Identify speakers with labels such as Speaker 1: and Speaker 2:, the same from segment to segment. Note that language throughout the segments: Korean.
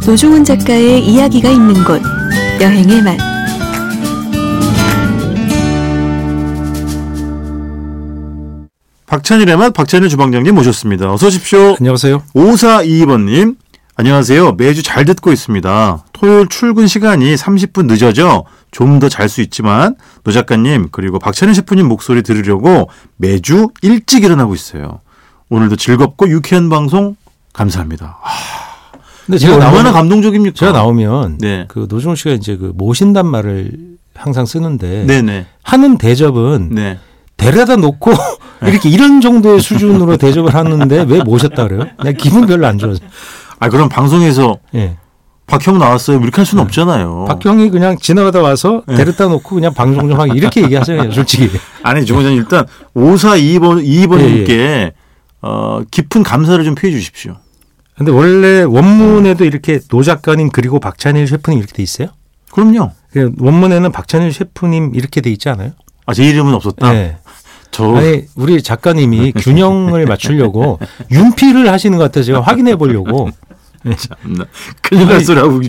Speaker 1: 조중훈 작가의 이야기가 있는 곳 여행의 맛
Speaker 2: 박찬일의 맛 박찬일 주방장님 모셨습니다. 어서 오십시오.
Speaker 3: 안녕하세요.
Speaker 2: 5422번님. 안녕하세요. 매주 잘 듣고 있습니다. 토요일 출근 시간이 30분 늦어져 좀 더 잘 수 있지만 노 작가님 그리고 박찬일 셰프님 목소리 들으려고 매주 일찍 일어나고 있어요. 오늘도 즐겁고 유쾌한 방송 감사합니다. 아,
Speaker 3: 근데
Speaker 2: 제가 얼마나
Speaker 3: 나오면- 아,
Speaker 2: 감동적입니까?
Speaker 3: 제가 나오면
Speaker 2: 네.
Speaker 3: 그 노중훈 씨가 이제 그 모신단 말을 항상 쓰는데
Speaker 2: 네네.
Speaker 3: 하는 대접은
Speaker 2: 네.
Speaker 3: 데려다 놓고 이렇게 이런 정도의 수준으로 대접을 하는데 왜 모셨다 그래요? 내가 기분 별로 안 좋아서.
Speaker 2: 아 그럼 방송에서
Speaker 3: 예.
Speaker 2: 박형 나왔어요 이렇게 할 수는 없잖아요.
Speaker 3: 네. 박형이 그냥 지나가다 와서
Speaker 2: 예.
Speaker 3: 데려다 놓고 그냥 방송 좀 하기 이렇게 얘기하세요, 솔직히.
Speaker 2: 아니 주무장님 일단 5422번
Speaker 3: 예,
Speaker 2: 2번님께 어, 깊은 감사를 좀 표해 주십시오.
Speaker 3: 근데 원래 원문에도 이렇게 노 작가님 그리고 박찬일 셰프님 이렇게 돼 있어요?
Speaker 2: 그럼요.
Speaker 3: 그 원문에는 박찬일 셰프님 이렇게 돼 있지 않아요?
Speaker 2: 아 제 이름은 없었다.
Speaker 3: 예.
Speaker 2: 저
Speaker 3: 아니 우리 작가님이 균형을 맞추려고 윤필을 하시는 것 같아서 제가 확인해 보려고
Speaker 2: 참나. 큰일 날
Speaker 3: 아니,
Speaker 2: 소리하고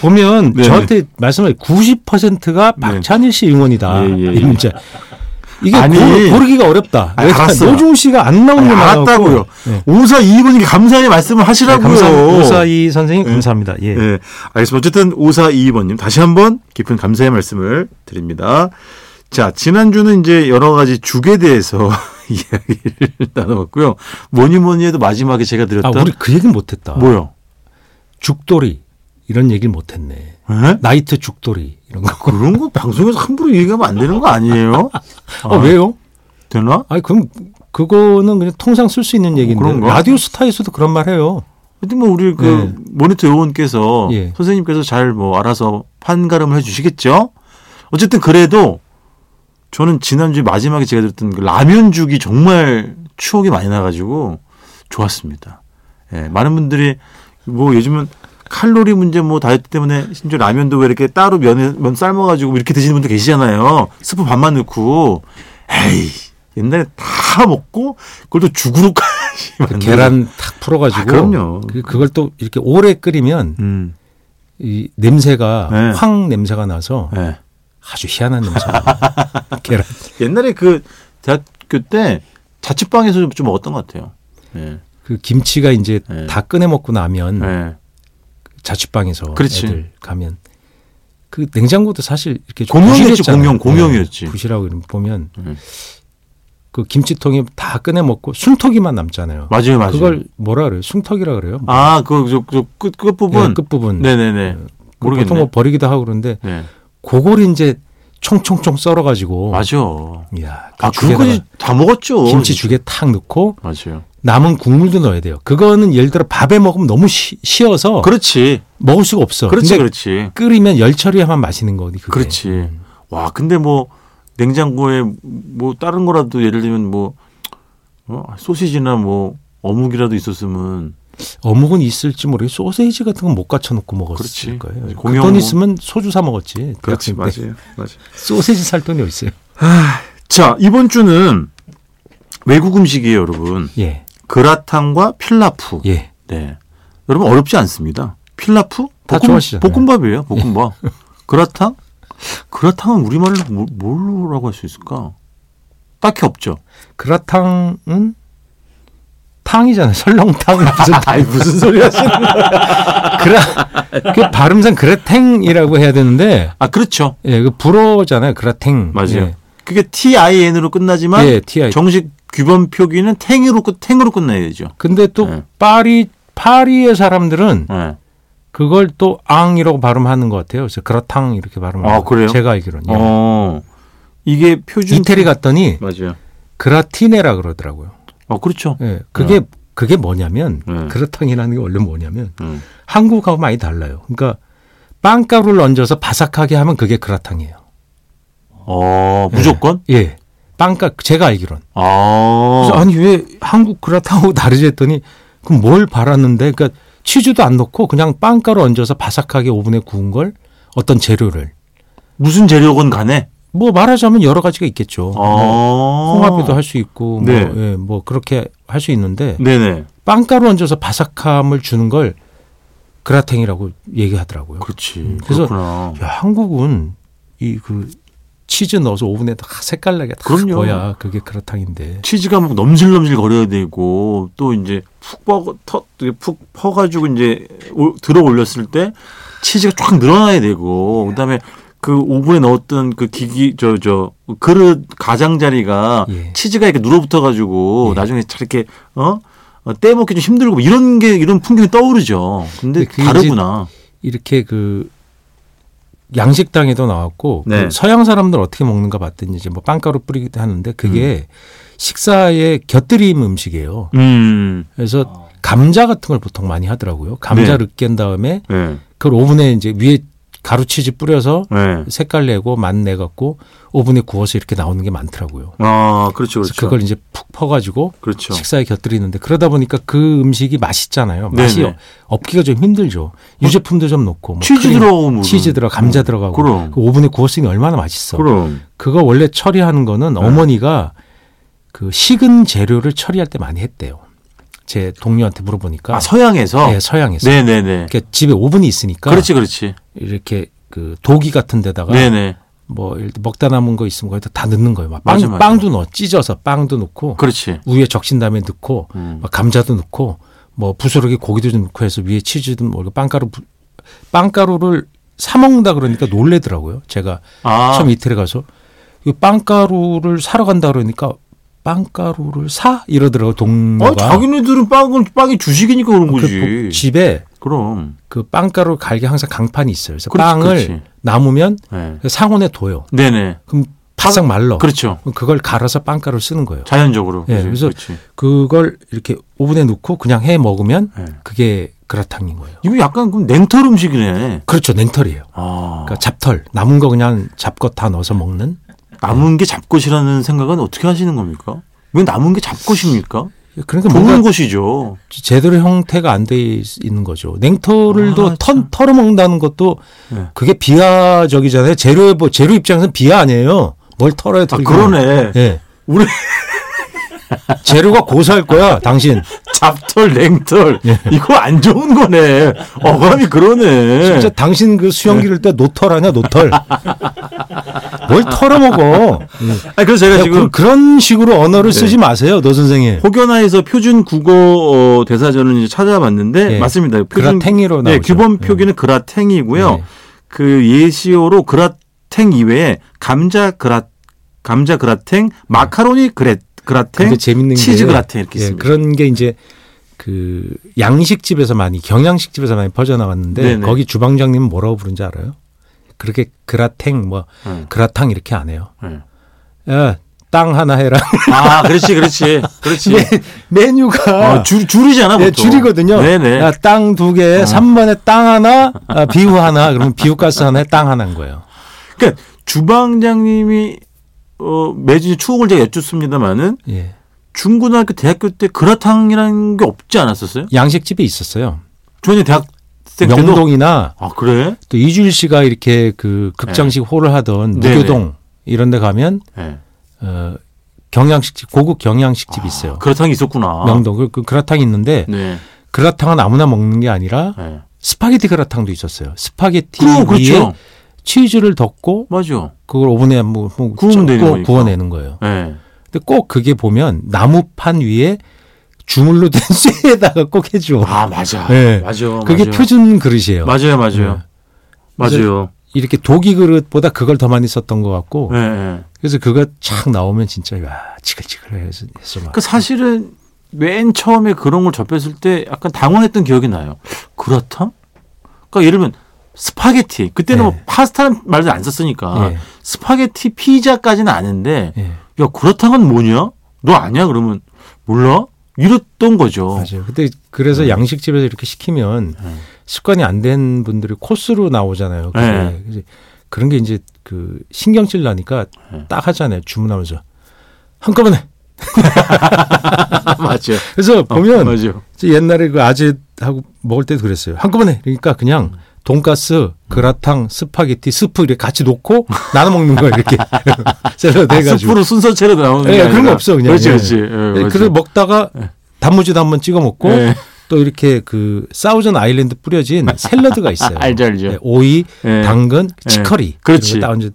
Speaker 3: 보면
Speaker 2: 네네. 네.
Speaker 3: 저한테 말씀을 90%가 박찬일 씨 응원이다.
Speaker 2: 예, 예, 예.
Speaker 3: 이 문제. 이게
Speaker 2: 아니.
Speaker 3: 고르, 고르기가 어렵다.
Speaker 2: 아니, 알았어요.
Speaker 3: 노중 씨가 안 나오는 게 많았고. 네,
Speaker 2: 알았다고요. 5422번님께 감사의 말씀을 하시라고요.
Speaker 3: 감사합니다. 오사이 선생님 감사합니다. 예.
Speaker 2: 예. 알겠습니다. 어쨌든 5422번님 다시 한번 깊은 감사의 말씀을 드립니다. 자, 지난주는 이제 여러 가지 죽에 대해서 이야기를 나눠봤고요. 뭐니 뭐니 해도 마지막에 제가
Speaker 3: 아
Speaker 2: 드렸던
Speaker 3: 우리 그 얘기는 못했다.
Speaker 2: 뭐요?
Speaker 3: 죽돌이 이런 얘기를 못했네.
Speaker 2: 예?
Speaker 3: 나이트 죽돌이 이런 거.
Speaker 2: 그런 거 방송에서 함부로 얘기하면 안 되는 거 아니에요?
Speaker 3: 아, 왜요?
Speaker 2: 되나?
Speaker 3: 아니 그럼 그거는 그냥 통상 쓸 수 있는 얘기인데
Speaker 2: 어, 그런가?
Speaker 3: 라디오 스타에서도 그런 말 해요.
Speaker 2: 근데 뭐 우리 그
Speaker 3: 네.
Speaker 2: 모니터 요원께서
Speaker 3: 예.
Speaker 2: 선생님께서 잘 뭐 알아서 판가름을 해주시겠죠? 어쨌든 그래도 저는 지난주 마지막에 제가 들었던 그 라면죽이 정말 추억이 많이 나가지고 좋았습니다. 예, 많은 분들이 뭐 요즘은 칼로리 문제 뭐 다이어트 때문에 심지어 라면도 왜 이렇게 따로 면에 면 삶아가지고 이렇게 드시는 분들 계시잖아요. 스프 반만 넣고 에이 옛날에 다 먹고 그걸 또 죽으로 까지 만들어.
Speaker 3: 그렇죠. 계란 탁 풀어가지고
Speaker 2: 그렇죠. 아, 그럼요.
Speaker 3: 그- 그걸 또 이렇게 오래 끓이면
Speaker 2: 음.
Speaker 3: 이 냄새가
Speaker 2: 네.
Speaker 3: 황 냄새가 나서
Speaker 2: 예.
Speaker 3: 아주 희한한 냄새가 나요. 계란.
Speaker 2: 옛날에 그 대학교 때 자취방에서 좀, 좀 먹었던 것 같아요. 예.
Speaker 3: 그 김치가 이제
Speaker 2: 네.
Speaker 3: 다 꺼내 먹고 나면
Speaker 2: 예.
Speaker 3: 자취방에서
Speaker 2: 그렇지.
Speaker 3: 애들 가면 그 냉장고도 사실 이렇게 좀
Speaker 2: 공용이었지, 공용,
Speaker 3: 부실했잖아요.
Speaker 2: 공용이었지.
Speaker 3: 네, 부실하고 이런 거 보면
Speaker 2: 음.
Speaker 3: 그 김치통에 다 꺼내 먹고 순턱이만 남잖아요.
Speaker 2: 맞아요, 맞아요.
Speaker 3: 그걸 뭐라 그래요? 순턱이라 그래요?
Speaker 2: 아, 그, 저, 저 끝, 끝부분?
Speaker 3: 네, 끝부분.
Speaker 2: 네, 네네
Speaker 3: 그 보통
Speaker 2: 모르겠네.
Speaker 3: 뭐 버리기도 하고 그러는데
Speaker 2: 네.
Speaker 3: 그걸 이제 총총총 썰어가지고
Speaker 2: 맞아.
Speaker 3: 야, 그
Speaker 2: 아,
Speaker 3: 죽에다가
Speaker 2: 그거까지 다 먹었죠.
Speaker 3: 김치 죽에 탁 넣고
Speaker 2: 맞아요.
Speaker 3: 남은 국물도 넣어야 돼요. 그거는 예를 들어 밥에 먹으면 너무 시, 시어서
Speaker 2: 그렇지.
Speaker 3: 먹을 수가 없어.
Speaker 2: 그렇지,
Speaker 3: 근데
Speaker 2: 그렇지.
Speaker 3: 끓이면 열 처리하면 맛있는 거거든. 그게. 음.
Speaker 2: 그렇지. 와, 근데 뭐 냉장고에 뭐 다른 거라도 예를 들면 뭐 어? 소시지나 뭐 어묵이라도 있었으면
Speaker 3: 어묵은 있을지 모르고 소세지 같은 건 못 갖춰 놓고
Speaker 2: 그렇지.
Speaker 3: 먹었을 거예요. 그
Speaker 2: 공용어.
Speaker 3: 돈 있으면 소주 사 먹었지. 대학생 때.
Speaker 2: 맞아요.
Speaker 3: 소세지 살 돈이 어딨어요?
Speaker 2: 자, 이번 주는 외국 음식이에요, 여러분.
Speaker 3: 예,
Speaker 2: 그라탕과 필라프.
Speaker 3: 예.
Speaker 2: 네. 여러분 어렵지 않습니다. 필라프?
Speaker 3: 다 좋아하시잖아요.
Speaker 2: 볶음밥이에요, 볶음밥. 그라탕? 그라탕은 우리말로 뭐- 뭘로라고 할 수 있을까? 딱히 없죠.
Speaker 3: 그라탕은 탕이잖아요. 설렁탕 무슨
Speaker 2: 아이 무슨 소리 하시는
Speaker 3: 그라 그 발음상 그라탱이라고 해야 되는데
Speaker 2: 아, 그렇죠.
Speaker 3: 예, 그 불어잖아요. 그라탱.
Speaker 2: 맞아요.
Speaker 3: 예.
Speaker 2: 그게 TIN으로 끝나지만
Speaker 3: 예, TI.
Speaker 2: 네? 정식 규범 표기는 탱으로 끝 탱으로 끝나야 되죠.
Speaker 3: 근데 또
Speaker 2: 예.
Speaker 3: 파리 파리의 사람들은
Speaker 2: 예.
Speaker 3: 그걸 또 앙이라고 발음하는 것 같아요. 그래서 그라탕 이렇게 발음하는
Speaker 2: 아,
Speaker 3: 것
Speaker 2: 그래요?
Speaker 3: 같아요. 제가 알기로는. 요
Speaker 2: 어. 이게 표준
Speaker 3: 이태리 갔더니
Speaker 2: 맞아요.
Speaker 3: 그라티네라 그러더라고요.
Speaker 2: 어, 그렇죠.
Speaker 3: 예. 그게 그게 뭐냐면
Speaker 2: 네.
Speaker 3: 그라탕이라는 게 원래 뭐냐면
Speaker 2: 음.
Speaker 3: 한국하고 많이 달라요. 그러니까 빵가루를 얹어서 바삭하게 하면 그게 그라탕이에요.
Speaker 2: 어, 무조건?
Speaker 3: 예. 빵가 제가 알기론.
Speaker 2: 아.
Speaker 3: 그래서 아니 왜 한국 그라탕하고 다르지 했더니 그럼 뭘 바랐는데 그러니까 치즈도 안 넣고 그냥 빵가루 얹어서 바삭하게 오븐에 구운 걸 어떤 재료를
Speaker 2: 무슨 재료건 간에.
Speaker 3: 뭐 말하자면 여러 가지가 있겠죠. 네.
Speaker 2: 아.
Speaker 3: 홍합에도 할 수 있고 뭐,
Speaker 2: 네.
Speaker 3: 예, 뭐 그렇게 할 수 있는데
Speaker 2: 네네.
Speaker 3: 빵가루 얹어서 바삭함을 주는 걸 그라탱이라고 얘기하더라고요.
Speaker 2: 그렇지.
Speaker 3: 그래서-
Speaker 2: 그렇구나.
Speaker 3: 야, 한국은 이 그 치즈 넣어서 오븐에 다 색깔나게 다
Speaker 2: 그럼요.
Speaker 3: 거야 그게 그라탕인데
Speaker 2: 치즈가 막 넘실넘실 거려야 되고 또 이제 푹 퍼, 터, 되게 푹 퍼가지고 이제 올- 들어 올렸을 때 치즈가 쫙 늘어나야 되고 그다음에 그 오븐에 넣었던 그 기기 저 저 그릇 가장자리가
Speaker 3: 예.
Speaker 2: 치즈가 이렇게 눌어붙어가지고
Speaker 3: 예.
Speaker 2: 나중에 잘 이렇게 어? 어, 떼먹기 좀 힘들고 뭐 이런 게 이런 풍경이 떠오르죠. 근데
Speaker 3: 근데 그게
Speaker 2: 다르구나.
Speaker 3: 이렇게 그 양식당에도 나왔고
Speaker 2: 네.
Speaker 3: 그 서양 사람들 어떻게 먹는가 봤더니 이제 뭐 빵가루 뿌리기도 하는데 그게 식사의 곁들임 음식이에요.
Speaker 2: 음.
Speaker 3: 그래서 감자 같은 걸 보통 많이 하더라고요.
Speaker 2: 네.
Speaker 3: 감자를 깬 다음에
Speaker 2: 예. 네.
Speaker 3: 그걸 오븐에 이제 위에 가루치즈 뿌려서
Speaker 2: 네.
Speaker 3: 색깔 내고 맛 내갖고 오븐에 구워서 이렇게 나오는 게 많더라고요.
Speaker 2: 아 그렇죠
Speaker 3: 그래서
Speaker 2: 그렇죠.
Speaker 3: 그걸 이제 푹 퍼가지고
Speaker 2: 그렇죠.
Speaker 3: 식사에 곁들이는데 그러다 보니까 그 음식이 맛있잖아요. 맛이
Speaker 2: 네네.
Speaker 3: 없기가 좀 힘들죠. 유제품도 좀 넣고 뭐
Speaker 2: 치즈
Speaker 3: 크림,
Speaker 2: 들어가고 뭐
Speaker 3: 치즈
Speaker 2: 그런-
Speaker 3: 들어 감자 들어가고
Speaker 2: 그럼.
Speaker 3: 그 오븐에 구웠으니 얼마나 맛있어.
Speaker 2: 그럼. 네.
Speaker 3: 그거 원래 처리하는 거는 어머니가 그 식은 재료를 처리할 때 많이 했대요. 제 동료한테 물어보니까
Speaker 2: 아 서양에서.
Speaker 3: 네, 서양에서 그러니까
Speaker 2: 네네네.
Speaker 3: 이렇게 집에 오븐이 있으니까
Speaker 2: 그렇지 그렇지.
Speaker 3: 이렇게 그 도기 같은 데다가
Speaker 2: 네네.
Speaker 3: 뭐 예를 들어 먹다 남은 거 있으면 거기다 다 넣는 거예요. 막 빵,
Speaker 2: 맞아, 맞아.
Speaker 3: 빵도 넣어 찢어서 빵도 넣고
Speaker 2: 그렇지.
Speaker 3: 우유에 적신 다음에 넣고
Speaker 2: 음.
Speaker 3: 막 감자도 넣고 뭐 부스러기 고기도 좀 넣고 해서 위에 치즈도 뭐 빵가루 부- 빵가루를 사 먹는다 그러니까 놀래더라고요. 제가
Speaker 2: 아
Speaker 3: 처음 이태리 가서 이 빵가루를 사러 간다 그러니까 빵가루를 사 이러더라고 동료가.
Speaker 2: 어, 자기네들은 빵은 빵이 주식이니까 그런
Speaker 3: 그
Speaker 2: 거지.
Speaker 3: 보- 집에
Speaker 2: 그럼.
Speaker 3: 그 빵가루 갈게 항상 강판이 있어요. 그래서
Speaker 2: 그렇지,
Speaker 3: 빵을
Speaker 2: 그렇지.
Speaker 3: 남으면
Speaker 2: 네.
Speaker 3: 상온에 둬요.
Speaker 2: 네네.
Speaker 3: 그럼 바싹 말라.
Speaker 2: 그렇죠.
Speaker 3: 그럼 그걸 갈아서 빵가루 쓰는 거예요.
Speaker 2: 자연적으로. 그지?
Speaker 3: 예, 그래서-
Speaker 2: 그렇지.
Speaker 3: 그걸 이렇게 오븐에 넣고 그냥 해 먹으면
Speaker 2: 예.
Speaker 3: 그게 그라탕인 거예요.
Speaker 2: 이거 약간 그럼 냉털 음식이네.
Speaker 3: 그렇죠. 냉털이에요.
Speaker 2: 아.
Speaker 3: 그러니까 잡털 남은 거 그냥 잡것 다 넣어서 먹는
Speaker 2: 남은 게 잡것이라는 생각은 어떻게 하시는 겁니까? 왜 남은 게 잡것입니까?
Speaker 3: 그러니까 뭔가
Speaker 2: 좋은 것이죠.
Speaker 3: 제대로 형태가 안 돼 있는 거죠. 냉털을도
Speaker 2: 아,
Speaker 3: 턴 털어 먹는다는 것도
Speaker 2: 네.
Speaker 3: 그게 비하적이잖아요. 재료의 뭐 재료 입장에서는 비하 아니에요. 뭘 털어야
Speaker 2: 아,
Speaker 3: 털
Speaker 2: 그러네.
Speaker 3: 예.
Speaker 2: 우리
Speaker 3: 재료가 고소할 거야, 당신.
Speaker 2: 잡털, 냉털.
Speaker 3: 예.
Speaker 2: 이거 안 좋은 거네. 어감이 그러네.
Speaker 3: 진짜 당신 그 수영기를
Speaker 2: 예.
Speaker 3: 때 노털 아니야, 노털. 뭘 털어 먹어.
Speaker 2: 아니, 그래서 제가 지금 네.
Speaker 3: 그, 그런 식으로 언어를 쓰지 마세요, 노 선생님.
Speaker 2: 호견화에서 표준 국어 어, 대사전을 이제 찾아봤는데
Speaker 3: 네.
Speaker 2: 맞습니다. 표준
Speaker 3: 그라탱이로
Speaker 2: 네,
Speaker 3: 나오죠.
Speaker 2: 규범 표기는 그라탱이고요.
Speaker 3: 네.
Speaker 2: 그 예시어로 그라탱 이외에 감자 그라 감자 그라탱, 마카로니 그레, 그라탱,
Speaker 3: 근데 재밌는
Speaker 2: 치즈
Speaker 3: 게
Speaker 2: 그라탱 이렇게
Speaker 3: 예,
Speaker 2: 있습니다.
Speaker 3: 그런 게 이제 그 양식집에서 많이 경양식집에서 많이 퍼져나갔는데
Speaker 2: 네네.
Speaker 3: 거기 주방장님은 뭐라고 부른지 알아요? 그렇게 그라탱 뭐
Speaker 2: 네.
Speaker 3: 그라탕 이렇게 안 해요.
Speaker 2: 네.
Speaker 3: 야, 땅 하나 해라.
Speaker 2: 아, 그렇지, 그렇지, 그렇지.
Speaker 3: 메뉴가
Speaker 2: 어, 줄 네. 줄이잖아,
Speaker 3: 예,
Speaker 2: 보통.
Speaker 3: 줄이거든요.
Speaker 2: 네네. 아.
Speaker 3: 야, 땅 두 개, 삼번에땅 하나, 아, 비우 하나, 그러면 비우 가스 하나에 땅 하나인 거예요.
Speaker 2: 그러니까 주방장님이 어, 매주 추억을 제가 여쭙습니다만은
Speaker 3: 예.
Speaker 2: 중고등학교 대학교 때 그라탕이라는 게 없지 않았었어요?
Speaker 3: 양식집이 있었어요.
Speaker 2: 주원이 대학생 때도
Speaker 3: 명동이나
Speaker 2: 아 그래?
Speaker 3: 또 이주일 씨가 이렇게 그 극장식 홀을 하던
Speaker 2: 네네.
Speaker 3: 무교동 이런 데 가면
Speaker 2: 네.
Speaker 3: 어, 경양식집 고급 경양식집이 있어요.
Speaker 2: 아, 그라탕이 아. 있었구나.
Speaker 3: 명동 그, 그 그라탕이 있는데
Speaker 2: 네.
Speaker 3: 그라탕은 아무나 먹는 게 아니라
Speaker 2: 네.
Speaker 3: 스파게티 그라탕도 있었어요. 스파게티
Speaker 2: 그럼
Speaker 3: 위에
Speaker 2: 그렇죠.
Speaker 3: 치즈를 덮고
Speaker 2: 맞아.
Speaker 3: 그걸 오븐에 뭐, 뭐
Speaker 2: 구우면 되는
Speaker 3: 구-
Speaker 2: 거니까.
Speaker 3: 구워내는 거예요.
Speaker 2: 네.
Speaker 3: 근데 꼭 그게 보면 나무판 위에 주물로 된 쇠에다가 꼭 해줘.
Speaker 2: 아 맞아.
Speaker 3: 네.
Speaker 2: 맞아.
Speaker 3: 그게
Speaker 2: 맞아.
Speaker 3: 표준 그릇이에요.
Speaker 2: 맞아요, 맞아요.
Speaker 3: 네.
Speaker 2: 맞아요.
Speaker 3: 이렇게 도기 그릇보다 그걸 더 많이 썼던 것 같고
Speaker 2: 예. 네.
Speaker 3: 그래서 그거 착 나오면 진짜 와 지글지글해서 했어 막.
Speaker 2: 그 사실은 맨 처음에 그런 걸 접했을 때 약간 당황했던 기억이 나요. 그라탕? 그러니까 예를 들면 스파게티. 그때는
Speaker 3: 네.
Speaker 2: 뭐 파스타는 말도 안 썼으니까
Speaker 3: 예,
Speaker 2: 스파게티 피자까지는 아는데
Speaker 3: 예.
Speaker 2: 야 그라탕은 뭐냐? 너 아냐? 그러면 몰라? 이랬던 거죠.
Speaker 3: 맞아요. 근데 그래서 양식집에서 이렇게 시키면
Speaker 2: 어. 네.
Speaker 3: 습관이 안 된 분들이 코스로 나오잖아요. 그게.
Speaker 2: 네.
Speaker 3: 그래서 그런 게 이제 그 신경질 나니까
Speaker 2: 네.
Speaker 3: 딱 하잖아요. 주문하면서 한꺼번에.
Speaker 2: 맞아요.
Speaker 3: 그래서 보면
Speaker 2: 어, 맞아요.
Speaker 3: 이제 옛날에 그 아재하고 먹을 때도 그랬어요. 한꺼번에 그러니까
Speaker 2: 음.
Speaker 3: 그냥 돈가스, 그라탕, 스파게티, 스프 이렇게 같이 놓고 나눠 먹는 거야 이렇게 샐러드
Speaker 2: 아,
Speaker 3: 네 해가지고.
Speaker 2: 스프로 순서체로 나오는
Speaker 3: 예,
Speaker 2: 게
Speaker 3: 그런
Speaker 2: 아니라.
Speaker 3: 거 없어, 그냥.
Speaker 2: 그렇지,
Speaker 3: 예.
Speaker 2: 그렇지. 예,
Speaker 3: 예,
Speaker 2: 맞아요.
Speaker 3: 그래서 먹다가 단무지도 한번 찍어 먹고
Speaker 2: 예.
Speaker 3: 또 이렇게 그 사우전 아일랜드 뿌려진 샐러드가 있어요.
Speaker 2: 알죠, 알죠.
Speaker 3: 네, 오이,
Speaker 2: 예.
Speaker 3: 당근,
Speaker 2: 예.
Speaker 3: 치커리.
Speaker 2: 그렇지.
Speaker 3: 그리고 딱 이제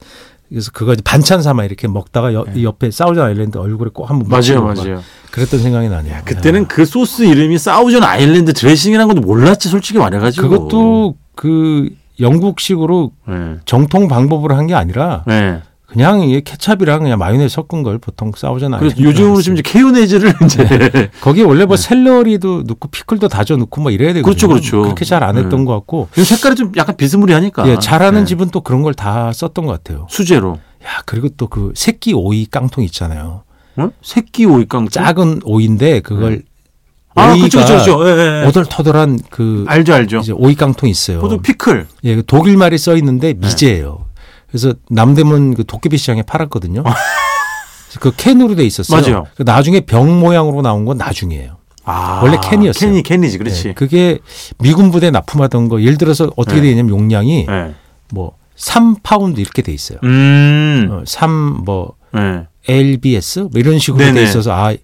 Speaker 3: 그래서 그거 이제 반찬 삼아 이렇게 먹다가 여- 이 옆에 사우전 아일랜드 얼굴에 꼭 한번
Speaker 2: 예. 맞아요,
Speaker 3: 묻히고 뭐 막
Speaker 2: 맞아요.
Speaker 3: 그랬던 생각이 나네요.
Speaker 2: 그때는 그 소스 이름이 사우전 아일랜드 드레싱이라는 것도 몰랐지 솔직히 말해가지고.
Speaker 3: 그것도 그 영국식으로
Speaker 2: 예.
Speaker 3: 정통 방법으로 한 게 아니라
Speaker 2: 예.
Speaker 3: 그냥 이게 케찹이랑 그냥 마요네즈 섞은 걸 보통 사우전
Speaker 2: 그래서
Speaker 3: 아일랜드. 네.
Speaker 2: 요즘으로 지금 이제 케요네즈를 이제
Speaker 3: 거기에 원래 뭐 샐러리도 넣고 피클도 다져 넣고 뭐 이래야 되거든요.
Speaker 2: 그렇죠, 그렇죠.
Speaker 3: 그렇게 잘 안 했던
Speaker 2: 네.
Speaker 3: 것 같고
Speaker 2: 요 색깔이 좀 약간 비스무리하니까.
Speaker 3: 예, 잘하는
Speaker 2: 예.
Speaker 3: 집은 또 그런 걸 다 썼던 것 같아요.
Speaker 2: 수제로.
Speaker 3: 야, 그리고 또 그 새끼 오이 깡통 있잖아요.
Speaker 2: 어? 새끼 오이깡.
Speaker 3: 작은 오이인데 그걸
Speaker 2: 아,
Speaker 3: 오이가
Speaker 2: 그렇죠, 그렇죠. 예, 예.
Speaker 3: 오돌토돌한 그
Speaker 2: 알죠, 알죠.
Speaker 3: 이제 오이 깡통 있어요.
Speaker 2: 보통 피클. 네.
Speaker 3: 예, 그 독일말이 써 있는데 미제예요. 그래서 남대문 그 도깨비 시장에 팔았거든요. 그래서 그 캔으로 돼 있었어요.
Speaker 2: 아. 맞아요.
Speaker 3: 그 나중에 병 모양으로 나온 건 나중이에요.
Speaker 2: 아,
Speaker 3: 원래 캔이었어요.
Speaker 2: 캔이 캔이지, 그렇지.
Speaker 3: 예, 그게 미군 부대 납품하던 거 예를 들어서 어떻게
Speaker 2: 예.
Speaker 3: 되냐면 용량이
Speaker 2: 예.
Speaker 3: 뭐 3파운드 이렇게 돼 있어요.
Speaker 2: 음.
Speaker 3: 어, 3뭐
Speaker 2: 예.
Speaker 3: LBS 뭐 이런 식으로
Speaker 2: 네네.
Speaker 3: 돼 있어서 아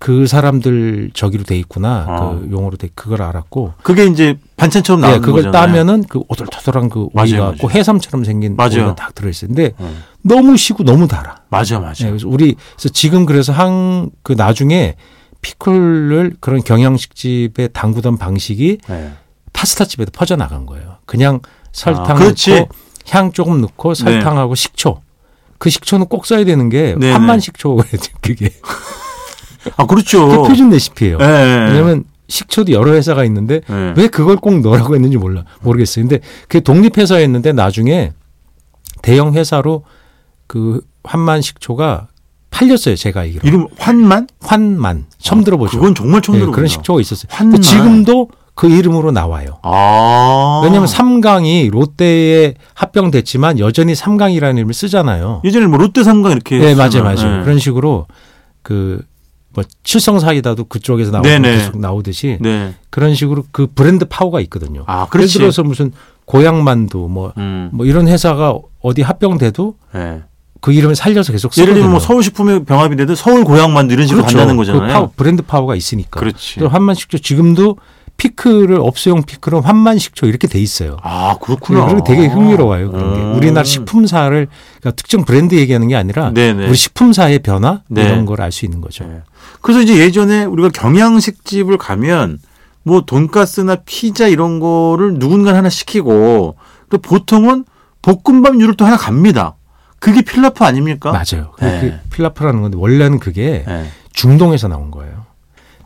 Speaker 3: 그 사람들 저기로 돼 있구나
Speaker 2: 어.
Speaker 3: 그 용어로 돼 그걸 알았고
Speaker 2: 그게 이제 반찬처럼
Speaker 3: 예,
Speaker 2: 나오는
Speaker 3: 그걸
Speaker 2: 거잖아요.
Speaker 3: 따면은 그 오돌토돌한 그
Speaker 2: 맞아요,
Speaker 3: 오이가
Speaker 2: 맞아요.
Speaker 3: 그 해삼처럼 생긴
Speaker 2: 맞아요.
Speaker 3: 오이가 딱 들어있어요. 근데
Speaker 2: 음.
Speaker 3: 너무 시고 너무 달아.
Speaker 2: 맞아,
Speaker 3: 예,
Speaker 2: 맞아.
Speaker 3: 그래서 우리 그래서 지금 그래서 한 그 나중에 피클을 그런 경양식집에 담그던 방식이
Speaker 2: 예.
Speaker 3: 파스타집에도 퍼져나간 거예요. 그냥
Speaker 2: 아,
Speaker 3: 설탕
Speaker 2: 그렇지. 네.
Speaker 3: 넣고 향 조금 넣고 설탕하고 식초. 그 식초는 꼭 써야 되는 게
Speaker 2: 네네.
Speaker 3: 한만 식초가 그게
Speaker 2: 아, 그렇죠.
Speaker 3: 그 표준 레시피예요.
Speaker 2: 예, 예.
Speaker 3: 왜냐하면 식초도 여러 회사가 있는데
Speaker 2: 예.
Speaker 3: 왜 그걸 꼭 넣으라고 했는지 몰라 모르겠어요. 근데 그게 독립 회사였는데 나중에 대형 회사로 그 환만 식초가 팔렸어요. 제가 알기로
Speaker 2: 이름 환만?
Speaker 3: 환만 처음 들어보죠.
Speaker 2: 아, 그건 정말 처음
Speaker 3: 예,
Speaker 2: 들어보다.
Speaker 3: 그런 식초가 있었어요.
Speaker 2: 환만.
Speaker 3: 근데 지금도 그 이름으로 나와요.
Speaker 2: 아.
Speaker 3: 왜냐하면 삼강이 롯데에 합병됐지만 여전히 삼강이라는 이름을 쓰잖아요.
Speaker 2: 예전에 뭐 롯데 삼강 이렇게
Speaker 3: 네, 맞아요,
Speaker 2: 했었잖아요.
Speaker 3: 맞아요.
Speaker 2: 예.
Speaker 3: 그런 식으로 그 뭐 칠성 사이다도 그쪽에서 나오고
Speaker 2: 네네.
Speaker 3: 계속 나오듯이
Speaker 2: 네.
Speaker 3: 그런 식으로 그 브랜드 파워가 있거든요.
Speaker 2: 아,
Speaker 3: 예를
Speaker 2: 그렇지.
Speaker 3: 들어서 무슨 고향만두 뭐 뭐
Speaker 2: 음.
Speaker 3: 이런 회사가 어디 합병돼도
Speaker 2: 예.
Speaker 3: 그 이름을 살려서 계속 쓰거든요.
Speaker 2: 예를 들면 뭐 서울식품의 병합이 돼도 서울 고향만두 이런 식으로 간다는
Speaker 3: 그
Speaker 2: 거잖아요.
Speaker 3: 파워, 브랜드 파워가 있으니까.
Speaker 2: 그렇지.
Speaker 3: 또 환만식초 지금도 피클을 업소용 피클은 환만식초 이렇게 돼 있어요.
Speaker 2: 아, 그렇구나.
Speaker 3: 예, 그리고 되게 흥미로워요. 그런 게.
Speaker 2: 음.
Speaker 3: 우리나라 식품사를 그러니까 특정 브랜드 얘기하는 게 아니라
Speaker 2: 네네.
Speaker 3: 우리 식품사의 변화
Speaker 2: 네.
Speaker 3: 이런 걸 알 수 있는 거죠.
Speaker 2: 네. 그래서 이제 예전에 우리가 경양식집을 가면 뭐 돈가스나 피자 이런 거를 누군가 하나 시키고 또 보통은 볶음밥류를 또 하나 갑니다. 그게 필라프 아닙니까?
Speaker 3: 맞아요.
Speaker 2: 네.
Speaker 3: 그 필라프라는 건데 원래는 그게
Speaker 2: 네.
Speaker 3: 중동에서 나온 거예요.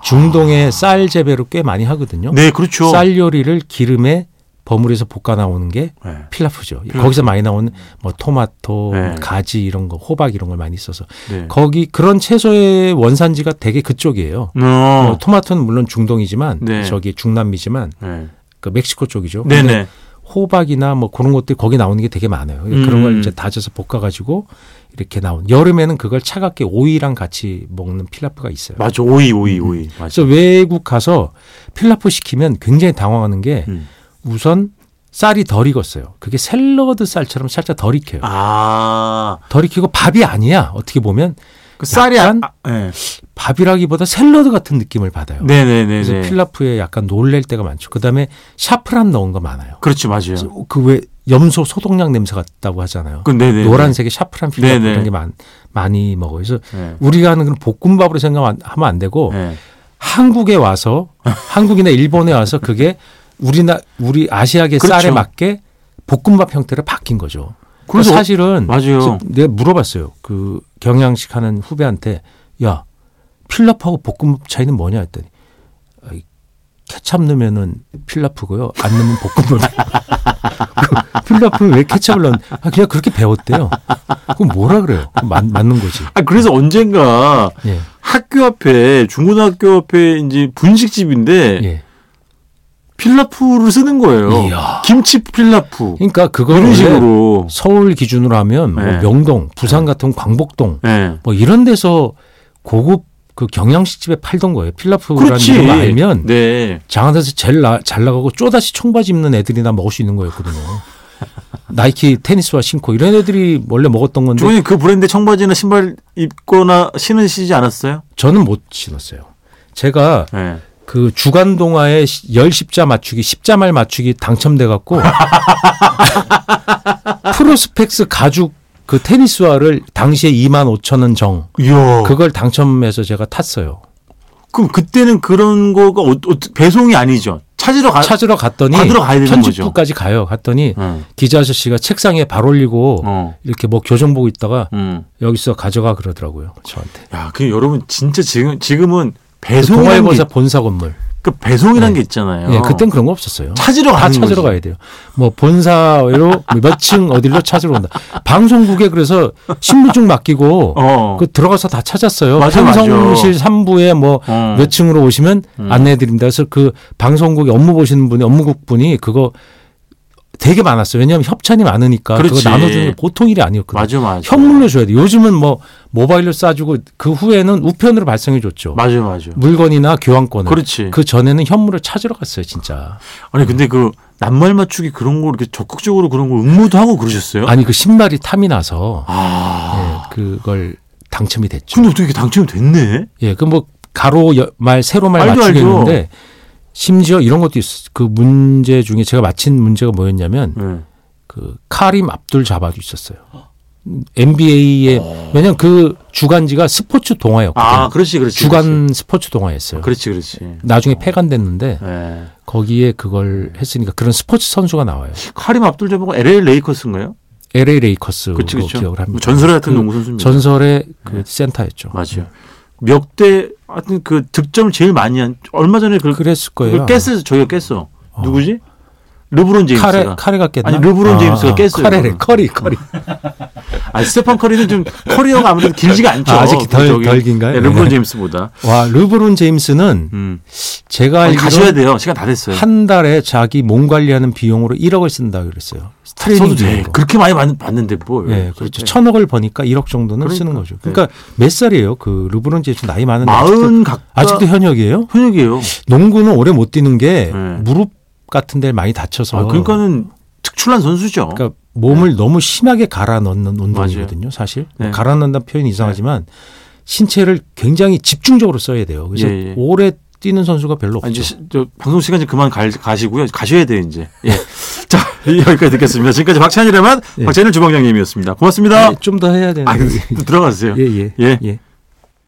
Speaker 3: 중동에 쌀 재배로 꽤 많이 하거든요.
Speaker 2: 아. 네, 그렇죠.
Speaker 3: 쌀 요리를 기름에 버무려서 볶아 나오는 게
Speaker 2: 네.
Speaker 3: 필라프죠. 거기서 많이 나오는 뭐 토마토,
Speaker 2: 네.
Speaker 3: 가지 이런 거, 호박 이런 걸 많이 써서
Speaker 2: 네.
Speaker 3: 거기 그런 채소의 원산지가 되게 그쪽이에요.
Speaker 2: 어.
Speaker 3: 뭐 토마토는 물론 중동이지만
Speaker 2: 네.
Speaker 3: 저기 중남미지만
Speaker 2: 네.
Speaker 3: 그 멕시코 쪽이죠.
Speaker 2: 네,
Speaker 3: 근데
Speaker 2: 네.
Speaker 3: 호박이나 뭐 그런 것들이 거기 나오는 게 되게 많아요. 그런
Speaker 2: 음.
Speaker 3: 걸 이제 다져서 볶아가지고 이렇게 나온. 여름에는 그걸 차갑게 오이랑 같이 먹는 필라프가 있어요.
Speaker 2: 맞아. 오이, 오이, 오이. 맞아.
Speaker 3: 그래서 외국 가서 필라프 시키면 굉장히 당황하는 게
Speaker 2: 음.
Speaker 3: 우선 쌀이 덜 익었어요. 그게 샐러드 쌀처럼 살짝 덜 익혀요.
Speaker 2: 아.
Speaker 3: 덜 익히고 밥이 아니야. 어떻게 보면
Speaker 2: 그 쌀이
Speaker 3: 약간-
Speaker 2: 안 아, 네.
Speaker 3: 밥이라기보다 샐러드 같은 느낌을 받아요.
Speaker 2: 네, 네, 네,
Speaker 3: 그래서
Speaker 2: 네.
Speaker 3: 필라프에 약간 놀랄 때가 많죠. 그다음에 샤프란 넣은 거 많아요.
Speaker 2: 그렇지, 맞아요.
Speaker 3: 그 왜 염소 소독약 냄새 같다고 하잖아요.
Speaker 2: 그 네, 네.
Speaker 3: 노란색의 샤프란 필라프
Speaker 2: 네네.
Speaker 3: 이런 게 많, 많이 먹어요. 그래서
Speaker 2: 네.
Speaker 3: 우리가 하는 그런 볶음밥으로 생각하면 안 되고
Speaker 2: 네.
Speaker 3: 한국에 와서 한국이나 일본에 와서 그게 우리나 우리 아시아계
Speaker 2: 그렇죠.
Speaker 3: 쌀에 맞게 볶음밥 형태로 바뀐 거죠.
Speaker 2: 그래서
Speaker 3: 그래서 사실은
Speaker 2: 맞아요.
Speaker 3: 그래서 내가 물어봤어요. 그 경양식 하는 후배한테 야 필라프하고 볶음밥 차이는 뭐냐 했더니 아이, 케찹 넣으면은 필라프고요. 안 넣으면 볶음밥. 필라프는 왜 케찹을 넣는? 아, 그냥 그렇게 배웠대요. 그럼 뭐라 그래요? 그건 맞, 맞는 거지.
Speaker 2: 아, 그래서 언젠가
Speaker 3: 예.
Speaker 2: 학교 앞에 중고등학교 앞에 이제 분식집인데
Speaker 3: 예.
Speaker 2: 필라프를 쓰는 거예요.
Speaker 3: 이야.
Speaker 2: 김치 필라프 네.
Speaker 3: 그러니까 그걸
Speaker 2: 이런
Speaker 3: 원래
Speaker 2: 식으로.
Speaker 3: 어. 서울 기준으로 하면 뭐
Speaker 2: 네.
Speaker 3: 명동, 부산 같은 광복동
Speaker 2: 예.
Speaker 3: 뭐 이런 데서 고급 그 경양식집에 팔던 거예요. 필라프라는
Speaker 2: 그렇지.
Speaker 3: 이름 알면
Speaker 2: 네.
Speaker 3: 장안에서 제일 나, 잘 나가고 쪼다시 청바지 입는 애들이나 먹을 수 있는 거였거든요. 나이키 테니스화 신고 이런 애들이 원래 먹었던 건데
Speaker 2: 주원님 그 브랜드 청바지나 신발 입거나 신으시지 않았어요?
Speaker 3: 저는 못 신었어요. 제가
Speaker 2: 예.
Speaker 3: 그 주간 동화에 시- 열 십자 맞추기, 십자말 맞추기 당첨돼 갖고 프로스펙스 가죽 그 테니스화를 당시에 2만 5천 원 정.
Speaker 2: 이야. 그,
Speaker 3: 그걸 당첨해서 제가 탔어요.
Speaker 2: 럼 그때는 그런 거가 어, 어, 배송이 아니죠. 찾으러 가.
Speaker 3: 찾으러 갔더니
Speaker 2: 받으러 가야 되는 거죠.
Speaker 3: 천지푸까지 가요. 갔더니
Speaker 2: 응.
Speaker 3: 기자 아저씨가 책상에 발 올리고
Speaker 2: 어.
Speaker 3: 이렇게 뭐 교정보고 있다가
Speaker 2: 음.
Speaker 3: 여기서 가져가 그러더라고요. 저한테.
Speaker 2: 야, 그 여러분 진짜 지금 지금은
Speaker 3: 그
Speaker 2: 배송이라는 게,
Speaker 3: 동아일보사 본사 건물.
Speaker 2: 그 배송이라는
Speaker 3: 네.
Speaker 2: 게 있잖아요.
Speaker 3: 예, 그땐 그런 거 없었어요.
Speaker 2: 찾으러
Speaker 3: 다
Speaker 2: 가는
Speaker 3: 찾으러
Speaker 2: 거지.
Speaker 3: 가야 돼요. 뭐 본사로 몇 층 어디로 찾으러 온다. 방송국에 그래서 신분증 맡기고
Speaker 2: 어.
Speaker 3: 그 들어가서 다 찾았어요.
Speaker 2: 맞아, 맞아.
Speaker 3: 삼성실 3부에 뭐 몇
Speaker 2: 어.
Speaker 3: 층으로 오시면
Speaker 2: 음.
Speaker 3: 안내해 드립니다. 그래서 그 방송국에 업무 보시는 분이 업무국 분이 그거 되게 많았어요. 왜냐하면 협찬이 많으니까 그거
Speaker 2: 그렇지.
Speaker 3: 나눠주는 게 보통 일이 아니었거든요.
Speaker 2: 맞아 맞아.
Speaker 3: 그 현물로 줘야 돼. 요즘은 뭐 모바일로 싸주고 그 후에는 우편으로 발송해 줬죠.
Speaker 2: 맞아 맞아.
Speaker 3: 물건이나 교환권을.
Speaker 2: 그렇지.
Speaker 3: 뭐, 그 전에는 현물을 찾으러 갔어요, 진짜.
Speaker 2: 아니 근데 그 낱말 맞추기 그런 걸 이렇게 적극적으로 그런 걸 응모도 하고 그러셨어요?
Speaker 3: 아니 그 신발이 탐이 나서
Speaker 2: 아.
Speaker 3: 예, 그걸 당첨이 됐죠.
Speaker 2: 근데 어떻게 이게 당첨이 됐네?
Speaker 3: 예, 그 뭐 가로 여- 말 세로 말
Speaker 2: 알죠, 알죠.
Speaker 3: 맞추겠는데 심지어 이런 것도 있어. 그 문제 중에 제가 맞힌 문제가 뭐였냐면
Speaker 2: 네.
Speaker 3: 그 카림 압둘 자바도 있었어요. NBA의 왜냐면 그 주간지가 스포츠 동화였거든요.
Speaker 2: 어. 아, 그렇지 그렇지.
Speaker 3: 주간 스포츠 동화였어요.
Speaker 2: 그렇지 어. 그렇지. 그렇지.
Speaker 3: 나중에 폐간됐는데
Speaker 2: 예.
Speaker 3: 거기에 그걸 했으니까 그런 스포츠 선수가 나와요.
Speaker 2: 카림 압둘 자바가 LA 레이커스인가요?
Speaker 3: LA 레이커스로
Speaker 2: 그치, 그치.
Speaker 3: 기억을 합니다.
Speaker 2: 그렇죠. 뭐 전설 같은
Speaker 3: 그
Speaker 2: 농구 선수입니다. 네.
Speaker 3: 전설의 네. 그 센터였죠.
Speaker 2: 맞아요. 몇대 하여튼 그 득점 제일 많이 한 얼마 전에 그
Speaker 3: 그랬을
Speaker 2: 그걸
Speaker 3: 거예요.
Speaker 2: 깼어 저희가 깼어.
Speaker 3: 어.
Speaker 2: 누구지? 르브론 제임스가.
Speaker 3: 카레 카레가 깼나?
Speaker 2: 아니, 르브론 제임스가 깼어요,
Speaker 3: 카레래
Speaker 2: 그거는.
Speaker 3: 커리 커리.
Speaker 2: 아 스테판 커리는 좀 커리어가 아무래도 길지가 않죠.
Speaker 3: 아, 아직 덜-
Speaker 2: 저기,
Speaker 3: 덜 긴가요?
Speaker 2: 네, 르브론
Speaker 3: 네.
Speaker 2: 제임스보다.
Speaker 3: 와 르브론 제임스는
Speaker 2: 음.
Speaker 3: 제가
Speaker 2: 아니, 가셔야
Speaker 3: 알기로
Speaker 2: 돼요. 네. 시간 다 됐어요.
Speaker 3: 한 달에 자기 몸 관리하는 비용으로 1억을 쓴다 그랬어요.
Speaker 2: 아, 써도
Speaker 3: 트레이닝
Speaker 2: 돼.
Speaker 3: 비용으로.
Speaker 2: 그렇게 많이 받- 받는데 뭘?
Speaker 3: 예, 그렇죠. 천억을 버니까 1억 정도는
Speaker 2: 그러니까.
Speaker 3: 쓰는 거죠. 그러니까 몇 살이에요? 그 르브론 제임스 나이 많은데 아직도,
Speaker 2: 마흔 각
Speaker 3: 아직도 현역이에요?
Speaker 2: 현역이에요.
Speaker 3: 농구는 오래 못 뛰는 게
Speaker 2: 네.
Speaker 3: 무릎 같은 데 많이 다쳐서
Speaker 2: 아, 그러니까는 특출난 선수죠.
Speaker 3: 그러니까 몸을 너무 심하게 갈아 넣는 운동이거든요, 사실. 뭐
Speaker 2: 네.
Speaker 3: 갈아 넣는다는 표현이 이상하지만 신체를 굉장히 집중적으로 써야 돼요. 그래서
Speaker 2: 예, 예.
Speaker 3: 오래 뛰는 선수가 별로
Speaker 2: 아,
Speaker 3: 없죠.
Speaker 2: 이제 시- 저 방송 시간 이제 그만 갈- 가시고요. 가셔야 돼요, 이제. 예. 자, 여기까지 듣겠습니다. 지금까지 박찬일의 맛,
Speaker 3: 예. 네.
Speaker 2: 박찬일 주방장님이었습니다. 고맙습니다.
Speaker 3: 좀 더 해야 되는데.
Speaker 2: 아, 들어가세요.
Speaker 3: 예, 예.
Speaker 2: 어. 아, 예.
Speaker 3: 예.